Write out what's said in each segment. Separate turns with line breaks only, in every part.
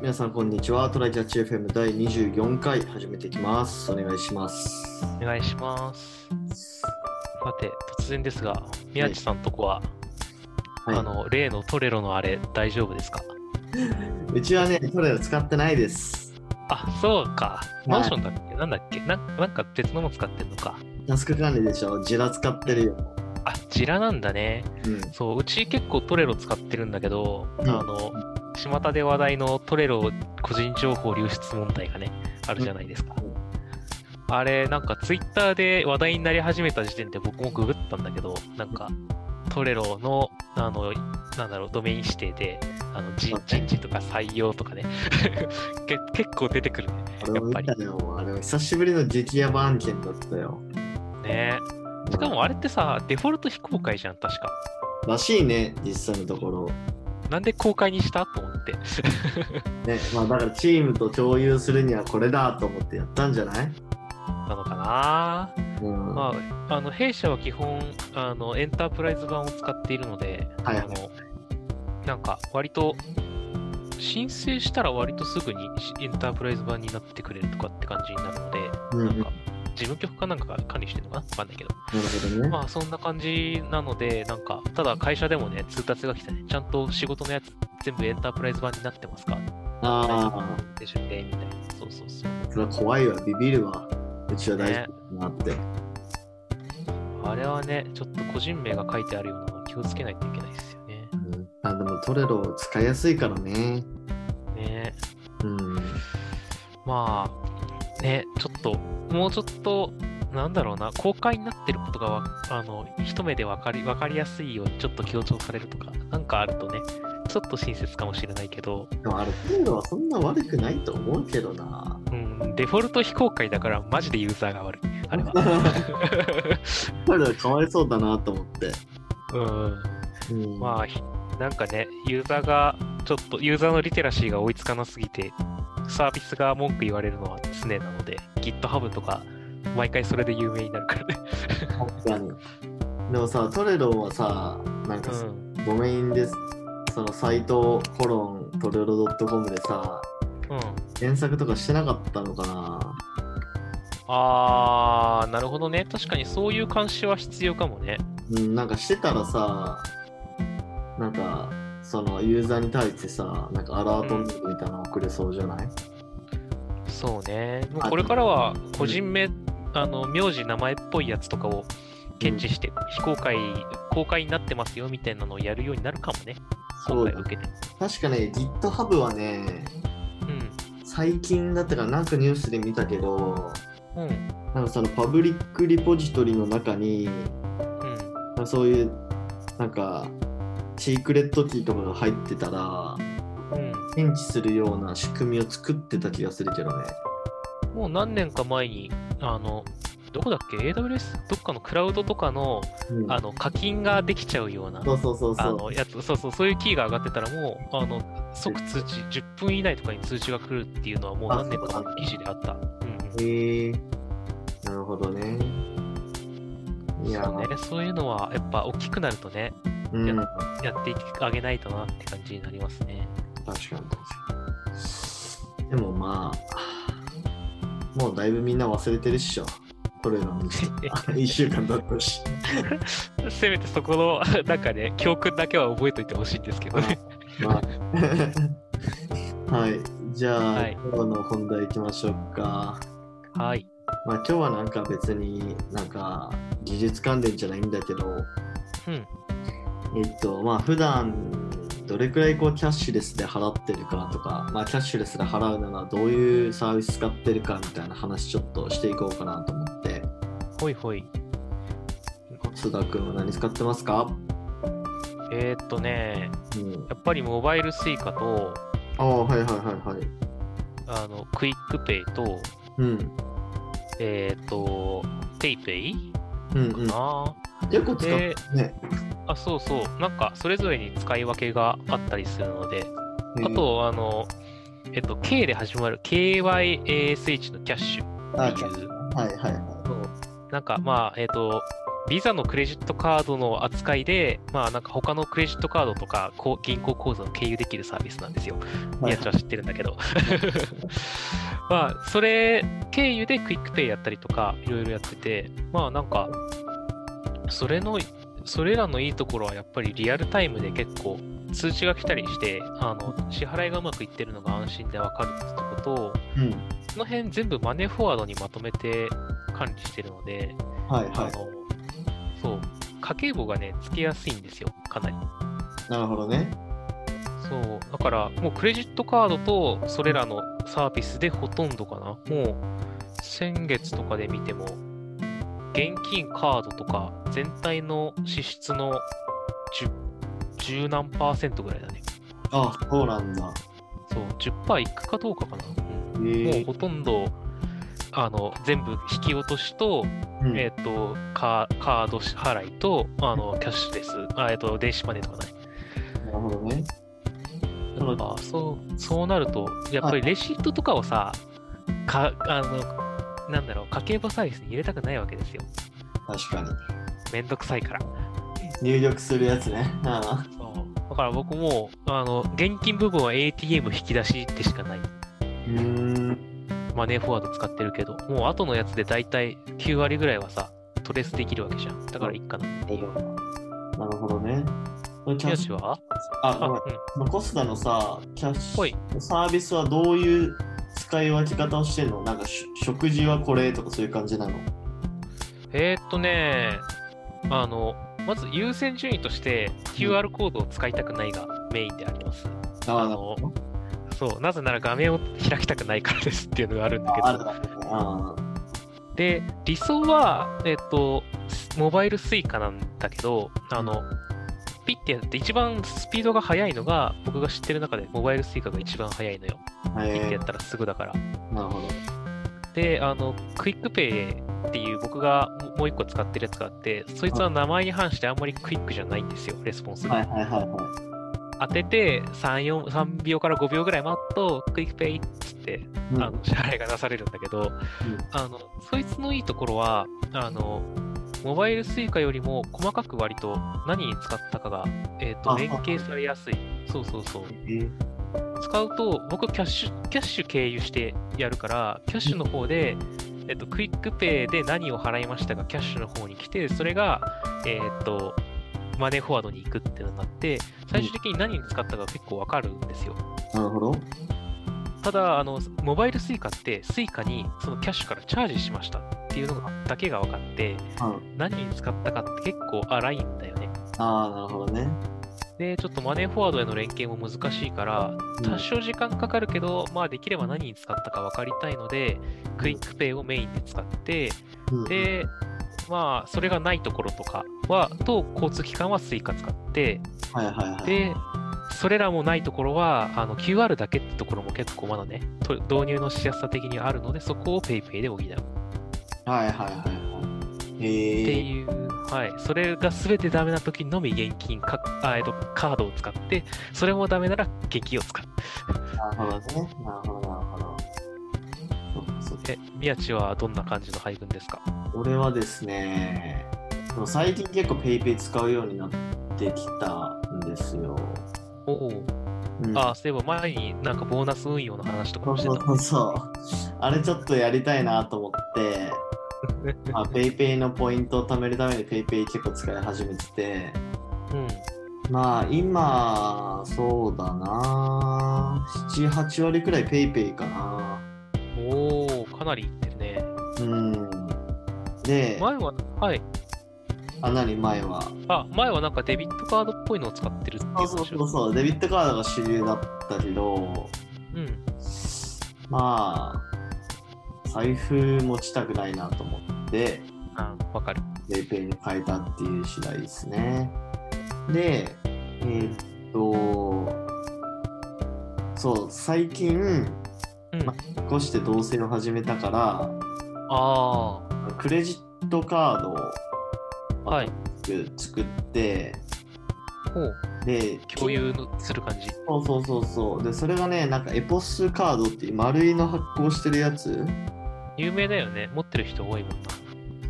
皆さんこんにちは。トライキャッチ FM 第24回始めていきます。お願いします。
お願いします。さて、突然ですが、宮地さんとこは、
はい
あの例のトレロのあれ、大丈夫ですか
うちはね、トレーラー使ってないです。
あ、そうか。マンションだっけなんだっけなんなんか別のも使ってんのか。
タスク管理でしょ。ジラ使ってるよ。
あ、ジラなんだね。
うん。
そう、うち結構トレロ使ってるんだけど、
うん
あの、巷で話題のトレロ個人情報流出問題がね、あるじゃないですか。
うん
あれ、なんかツイッターで話題になり始めた時点で僕もググったんだけど、なんか、トレロの、あの、なんだろう、ドメイン指定で、あの
そ
人
うね
人事とか採用とかね、 け結構出てくるね。
あれを見たよ。あれ、久しぶりの激ヤバ案件だったよ。
ねしかもあれってさ、デフォルト非公開じゃん、確か。
うん、らしいね、実際のところ。
なんで公開にしたと思って。
ね、まあだからチームと共有するにはこれだと思ってやったんじゃない
なのかな
うん。
まあ、あの弊社は基本あのエンタープライズ版を使っているので、
はいはい
あのなんか割と申請したら割とすぐにしエンタープライズ版になってくれるとかって感じになるので、
うん、な
な
る
んか事務局かなんかが管理してるのかなわかんないけど、
ほどね。
まあそんな感じなので、なんかただ会社でもね、通達が来てね、ちゃんと仕事のやつ全部エンタープライズ版になってますか
あ
でしょねみたいな。そうそうそう。
あ、それは怖いわ、ビビるわ。うちは大丈夫だなって。
あれはね、ちょっと個人名が書いてあるようなのは気をつけないといけないですよね。
うん、あでもトレロ使いやすいからね。
ね
うん。
まあねちょっともうちょっとなんだろうな公開になってることがわあの一目で分かりわかりやすいようにちょっと強調されるとかなんかあるとねちょっと親切かもしれないけど、
でもあれ、トレロはそんな悪くないと思うけどな。
うん、デフォルト非公開だからマジでユーザーが悪いあれは
トレロかわいそうだなと思って。
うん
うん、
まあひなんかねユーザーがちょっとユーザーのリテラシーが追いつかなすぎてサービスが文句言われるのは常なので GitHub とか毎回それで有名になるからね、
確かに。でもさ、トレロはさ、なんかさ、
ん、
ドメインです。そのサイトコロントレロ .com でさ、
うん
検索とかしてなかったのかな。
あー、なるほどね。確かにそういう監視は必要かもね。
うん、なんかしてたらさ、なんか、そのユーザーに対してさ、なんかアラートメールみたいなの送れそうじゃない、
そうね。もう
あ
これからは個人名、あの、名字、名前っぽいやつとかを検知して、非公開、公開になってますよみたいなのをやるようになるかもね。
そ
今
う
回受けて。
確かね、GitHub はね、
う
最近だったからなんかニュースで見たけど、
ん。うん。
なんかそのパブリックリポジトリの中に、
うん。
なんかそういう、なんか、シークレットキーとかが入ってたら、
うん。
検知するような仕組みを作ってた気がするけどね。
もう何年か前に、あの、どこだっけ ?AWS? どっかのクラウドとかの、
うん、
あの、課金ができちゃうような。
そうそうそうそ
あ
う。
のやつそうそうそういうキーが上がってたらもうあの即通知10分以内とかに通知が来るっていうのはもう何年か前の記事であった。うんうん
へえなるほどね。いや、
そうね、そういうのはやっぱ大きくなるとね
うん、確
やっていってあげないとなって感じになりますね。
かに確かに。でもまあ、もうだいぶみんな忘れてるっしょ。これらの1 週間だったし。
せめてそこの なんかね教訓だけは覚えておいてほしいんですけどね。
まあ、はい。じゃあ、
はい
今日の本題いきましょうか。
はい。
まあ今日はなんか別になんか技術関連じゃないんだけど、
うん
えっとまあ普段どれくらいこうキャッシュレスで払ってるかとか、まあ、キャッシュレスで払うならどういうサービス使ってるかみたいな話ちょっとしていこうかなと思って
ほいほい。
須田君は何使ってますか、
えー、っとね
うん、
やっぱりモバイルスイカと
ああはいはいはいはい
あのクイックペイと
うん
えー、っとペイペイ
うん
か
うん
な。
よく使って
で
ね、
あそうそうなんかそれぞれに使い分けがあったりするので
え
あとあのえっと K で始まる KYASH のキャッシュ
あ
っていう
はいはいはい
なんかまあえっとビザのクレジットカードの扱いで、まあ、なんか他のクレジットカードとかこう銀行口座を経由できるサービスなんですよ。
はい
やつは知ってるんだ けど。まあ、それ経由でクイックペイやったりとか、いろいろやってて、まあ、なんか、それの、それらのいいところはやっぱりリアルタイムで結構通知が来たりして、あの、支払いがうまくいってるのが安心でわかるってことと、
うん。
その辺全部マネーフォワードにまとめて管理してるので、
はい
あ
は
の
い。
そう家計簿がねつけやすいんですよかなり
なるほどね。
そうだからもうクレジットカードとそれらのサービスでほとんどかなもう先月とかで見ても現金カードとか全体の支出の10 10何パーセントぐらいだね
あ、そうなんだ。
そう10%いくかどうかかな、
え
うんもう
ー
ほとんどあの全部引き落としと
うん
えっ、とカ、カード支払いと、あの、キャッシュレス、あえっ、と、電子マネーとかね。
なるほどね。
なんか、そう、そうなると、やっぱりレシートとかをさ、か、あの、なんだろう、家計簿サービスに入れたくないわけですよ。
確かに。
めんどくさいから。
入力するやつね。あ
そう。だから僕も、あの、現金部分は ATM 引き出しでしかない。
あ。うーん。
マネーフォワード使ってるけど、もう後のやつで大体9割ぐらいはさ、トレースできるわけじゃん。だからいいかな。
なるほどね。これキャッ
宮
シ
地
ュ
は
あ、
あ、
ご
う
めん
ん。
そのコスダのさ、キャッシ
ほい
ュサービスはどういう使い分け方をしてんのなんかし食事はこれとかそういう感じなの
えー、っとね、あの、まず優先順位として QR コードを使いたくないがメインであります。
あ
あの、そう、なぜなら画面を開きたくないからですっていうのがあるんだけ
ある
ど。
だね。あ
で、理想は、えーっと、モバイル Suica なんだけど、あの、ピッてやって一番スピードが速いのが、僕が知ってる中でモバイル Suica が一番速いのよ。
あ。
ピッて
え
やったらすぐだから。
ー、なるほど。
で、あの、クイックペイっていう僕がももう一個使ってるやつがあって、そいつは名前に反してあんまりクイックじゃないんですよ、レスポンスが。
はいはいはいは
当てて3、4、3秒から5秒ぐらい待っと、クイックペイっつって、
い。うん
あの支払いがなされるんだけど、あの、そいつのいいところは、あの、モバイルスイカよりも細かく割と何に使ったかが、えっ、と、
あ
連携されやすい。そうそうそう。
えー
使うと、僕キャッシュ、キャッシュ経由してやるから、キャッシュの方で、えっと、クイックペイで何を払いましたが、キャッシュの方に来て、それが、えーっと、マネーフォワードに行くっていうのになって、最終的に何に使ったか結構わかるんですよ。
なるほど。
ただ、あの、モバイルスイカって、スイカにそのキャッシュからチャージしましたっていうのだけが分かって、
うん
何に使ったかって結構荒いんだよね。
ああ、なるほどね。
で、ちょっとマネーフォワードへの連携も難しいから、
うん
多少時間かかるけど、まあできれば何に使ったか分かりたいので、クイックペイをメインで使って、
うん
で、まあそれがないところとかは、と交通機関は Suica 使って、
はいはいはい。
で、それらもないところは、あの QR だけってところも結構まだね、と導入のしやすさ的にあるので、そこを PayPay で補うっ
はいはいはいはい。
て
えー、
いう、はい、それが全てダメな時のみ現金かあ、えっと、カードを使って、それもダメなら現金を使って。
なるほどね。なるほどなるほど。そっかそっか
え、宮地はどんな感じの配分ですか
俺はですね、でも最近結構 PayPay 使うようになってきたんですよ。
おお。
うん、
あ、そういえば前になんかボーナス運用の話とか
そう
もして
そ
た
う
もん
そうそう。あれちょっとやりたいなと思って、
ね。
ま あ、PayPay のポイントを貯めるために PayPay 結構使い始めてて、
うん。
まあ今、そうだな、7、8割くらい PayPay かな。
おお、かなりいってるね。
うん。で、
前は、はい。
あ、何前は。
あ、前はなんかデビットカードっぽいのを使ってるっていう
そうそ
話を
うそうそう、デビットカードが主流だったけど、
うん。
まあ、財布持ちたくないなと思って、
あ、わかる。
PayPay に変えたっていう次第ですね。で、えーっと、そう、最近、
うん。
ま引っ越して同棲を始めたから、
あ
クレジットカードを
あ、はい。
作って、
ほう。
で、
共有のする感じ。
そうそうそうそう。で、それがね、なんかエポスカードっていう丸いの発行してるやつ。
有名だよね。持ってる人多いもんな。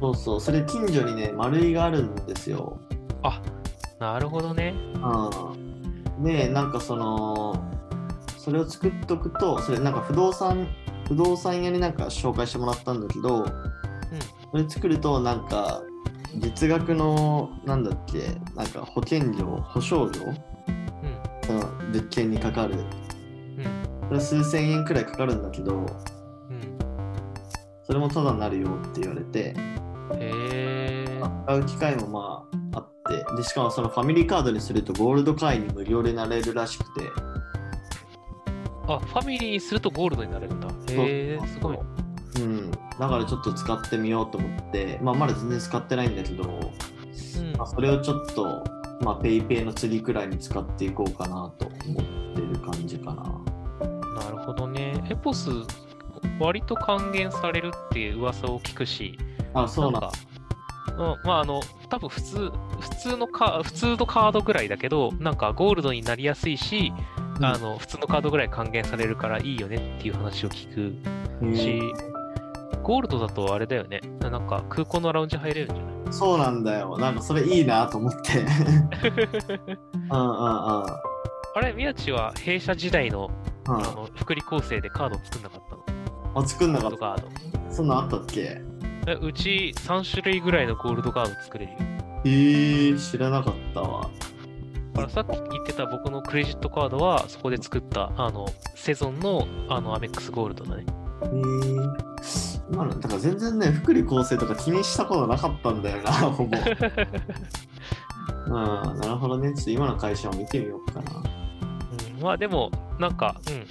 そうそう、それ近所にね、丸いがあるんですよ。
なるほどね。
うん。で、なんかその、それを作っとくと、それなんか不動産、不動産屋になんか紹介してもらったんだけど、それ作るとなんか、月額の、なんだっけ、なんか保険料、保証料、
う
その物件にかかる。
ん。うん。
それ数千円くらいかかるんだけど、
うん。
それもただになるよって言われて、
へえ。
使う機会もまああってでしかもそのファミリーカードにするとゴールド会員に無料でなれるらしくて
あ、ファミリーにするとゴールドになれるんだ。へえ、すごい。
うんだからちょっと使ってみようと思って、まあ、まだ全然使ってないんだけど、
うん
まあ、それをちょっと、まあ、ペイペイの次くらいに使っていこうかなと思ってる感じかな
なるほどね。エポス、割と還元されるっていう噂を聞くし、
あそうなん
か、うん、まああの、多分普通、普通のカ普通のカードぐらいだけど、なんかゴールドになりやすいし、
うん
あの、普通のカードぐらい還元されるからいいよねっていう話を聞くし、ゴールドだとあれだよね。なんか空港のラウンジ入れるんじ ゃない
そうなんだよなんかそれいいなと思って うんうんうん
あれ、宮地は弊社時代の,、
う
あ
ん
の福利厚生でカード作んなかったの
あ作んな
ゴ
か
ー
っ
ルドカード。
たそんなんあったっけ
えうち3種類ぐらいのゴールドカード作れるよ。
えー、知らなかったわ
だからさっき言ってた僕のクレジットカードはそこで作ったあのセゾンのあのアメックスゴールドだね。
へえ今のだから全然ね福利厚生とか気にしたことなかったんだよな ほ ぼうんなるほどねちょっと今の会社を見てみようかな
うん、まあでもなんか、うん、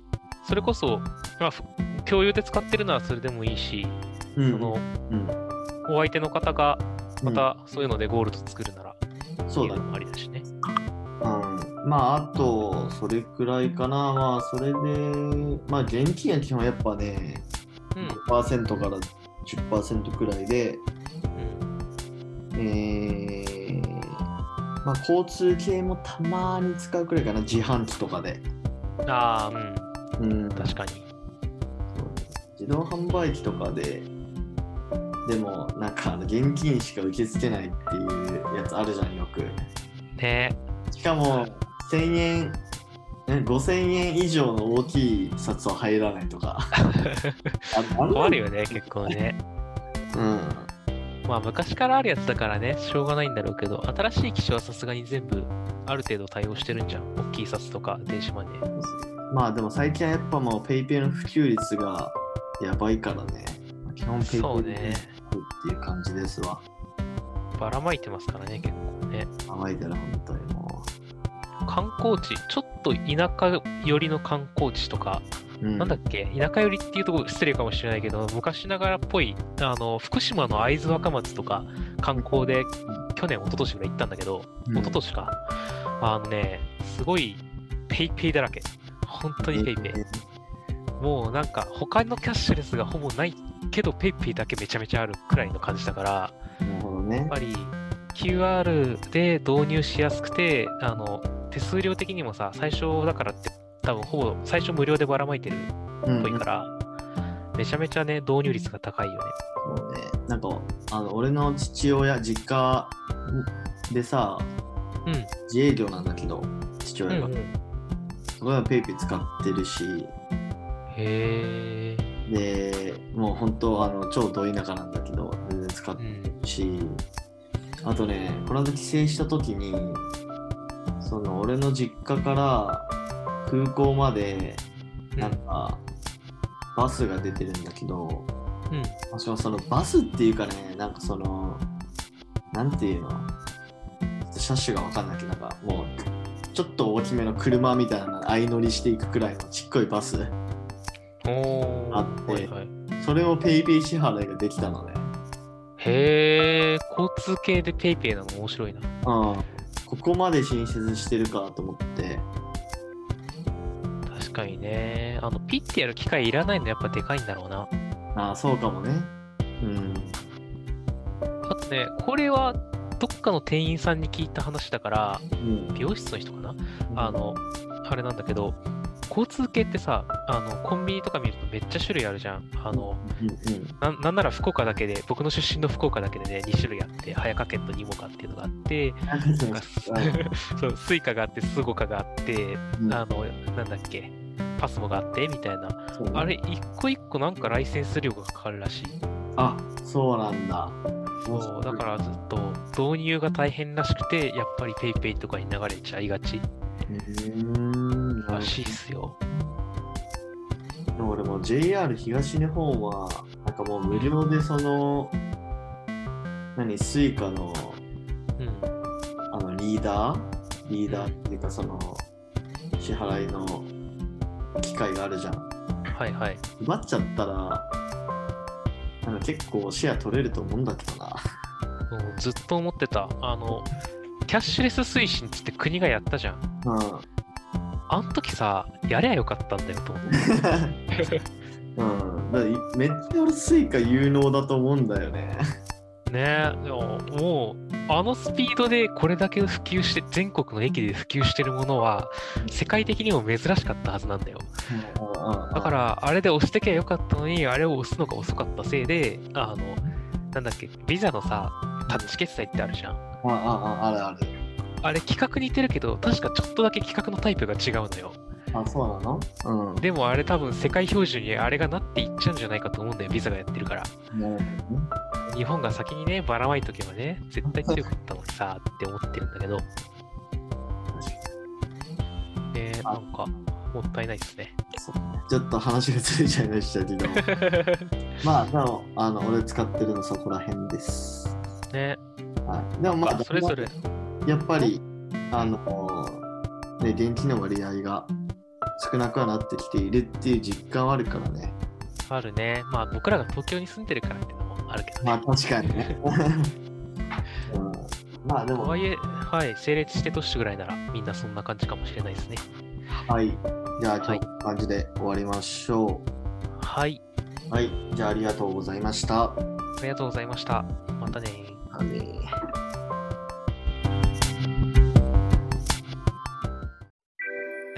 それこそ、まあふ、共有で使ってるのはそれでもいいし、
うん
その
うん
お相手の方がま
ま
たそういうのでゴールド作るなら、
た、そうだ
って
ね
いのもありだしね。
うんまああとそれくらいかなまあそれでまあ現金は基本やっぱね
うん。
5%から10%くらいで
うん、
えーまあ交通系もたまに使うくらいかな自販機とかで
ああ、うん。
うん
確かに。
自動販売機とかででもなんかあの現金しか受け付けないっていうやつあるじゃんよく
ね
しかも1000円え5000円以上の大きい札は入らないと かあ
困る
よ
よね、結構ね。
うん
まあ昔からあるやつだからね、しょうがないんだろうけど、新しい機種はさすがに全部ある程度対応してるんじゃん。大きい札とか電子マネー。
まあでも最近はやっぱもう PayPay の普及率がやばいからね基本 PayPay
そうね。
っていう感じですわ
ばらまいてますからね、結構ね。
甘いだら本当にも
観光地、ちょっと田舎寄りの観光地とか、
う、うん、
なんだっけ、田舎寄りっていうとこ失礼かもしれないけど、昔ながらっぽい、あの、福島の会津若松とか、観光で去年、一昨年ぐらい行ったんだけど、
うん
一昨年か。あのね、すごい、ペイペイだらけ。本当にペイペイ。もうなんか他のキャッシュレスがほぼないけど PayPay だけめちゃめちゃあるくらいの感じだからや
なるほどね
っぱり QR で導入しやすくてあの手数料的にもさ最初だからって多分ほぼ最初無料でばらまいてるっ
うん
ぽいから、めちゃめちゃね導入率が高いよね
そうね、なんかあの俺の父親実家でさ
う
自営業なんだけど父
ん、
親が、
うんうん、へ
そこでもペイペイ使ってるし
え
でもう本当あの超ど田舎なんだけど全然使っ
う
て
ん
るし、あとねこの間帰省した時にその俺の実家から空港まで
うん
なんか、バスが出てるんだけど
うん
しかもそのバスっていうかね、なんかその、なんていうの、ちょっと車種がわかんないけど、なんかもう、ちょっと大きめの車みたいなの相乗りしていくくらいのちっこいバス、
おー
あって
はいはい
それを PayPay 支払いができたのね。
へえ交通系で PayPay なの面白いな
うん。ここまで進出してるかと思って、
確かにねあのピッてやる機械いらないのやっぱでかいんだろうな
ああ、そうかもね。うん。
あとね、これはどっかの店員さんに聞いた話だから、
うん。
美容室の人かな、あの、あれなんだけど、交通系ってさあのコンビニとか見るとめっちゃ種類あるじゃんあの
うんうん
ななんなら福岡だけで僕の出身の福岡だけでね2種類あって早かけとニモカっていうのがあってなんかそうスイカがあってスゴカがあって
うん
あのなんだっけパスモがあってみたいな
そうね
あれ一個一個なんかライセンス料がかかるらしい
あそうなんだ
そうだからずっと導入が大変らしくてやっぱり PayPay ペイペイとかに流れちゃいがち
うーん
らしいっすよ
でも俺も JR 東日本はなんかもう無料でその何スイカの
うん
あのリーダーリーダーっていうかその支払いの機会があるじゃん
はいはい
奪っちゃったらなんか結構シェア取れると思うんだけどな
うんずっと思ってたあのキャッシュレス推進っつって国がやったじゃん
うん
あん時さやりゃよかったんだよと思って
うん、だからめっちゃ俺スイカ有能だと思うんだよね。
ねえでももうあのスピードでこれだけ普及して全国の駅で普及してるものは世界的にも珍しかったはずなんだよだ
だ
からあれで押してけばよかったのにあれを押すのが遅かったせいであのなんだっけビザのさタッチ決済ってあるじゃん
ああああるある。
あれ企画似てるけど確かちょっとだけ企画のタイプが違うのよ
あそうなのうん。
でもあれ多分世界標準にあれがなっていっちゃうんじゃないかと思うんだよビザがやってるから
ね
日本が先にねばらまいとけばね絶対強かったのにさって思ってるんだけどえー、なんかもったいないですね
ちょっと話がずれちゃいましたけどまあでもあの俺使ってるのそこら辺です。
ね
はい、でもまあ
それぞれ
やっぱりあの、ね、電気の割合が少なくはなってきているっていう実感はあるからね。
あるねまあ僕らが東京に住んでるからってのもあるけどね、
まあ確かにね。 うん、まあで
と
も、
は
はい
え、はい、整列して都市ぐらいならみんなそんな感じかもしれないですね。
い。じゃあ今日こんな感じで終わりましょ
はい、
う。はい。じゃあありがとうございました。
ありがとうございました。またね
あねー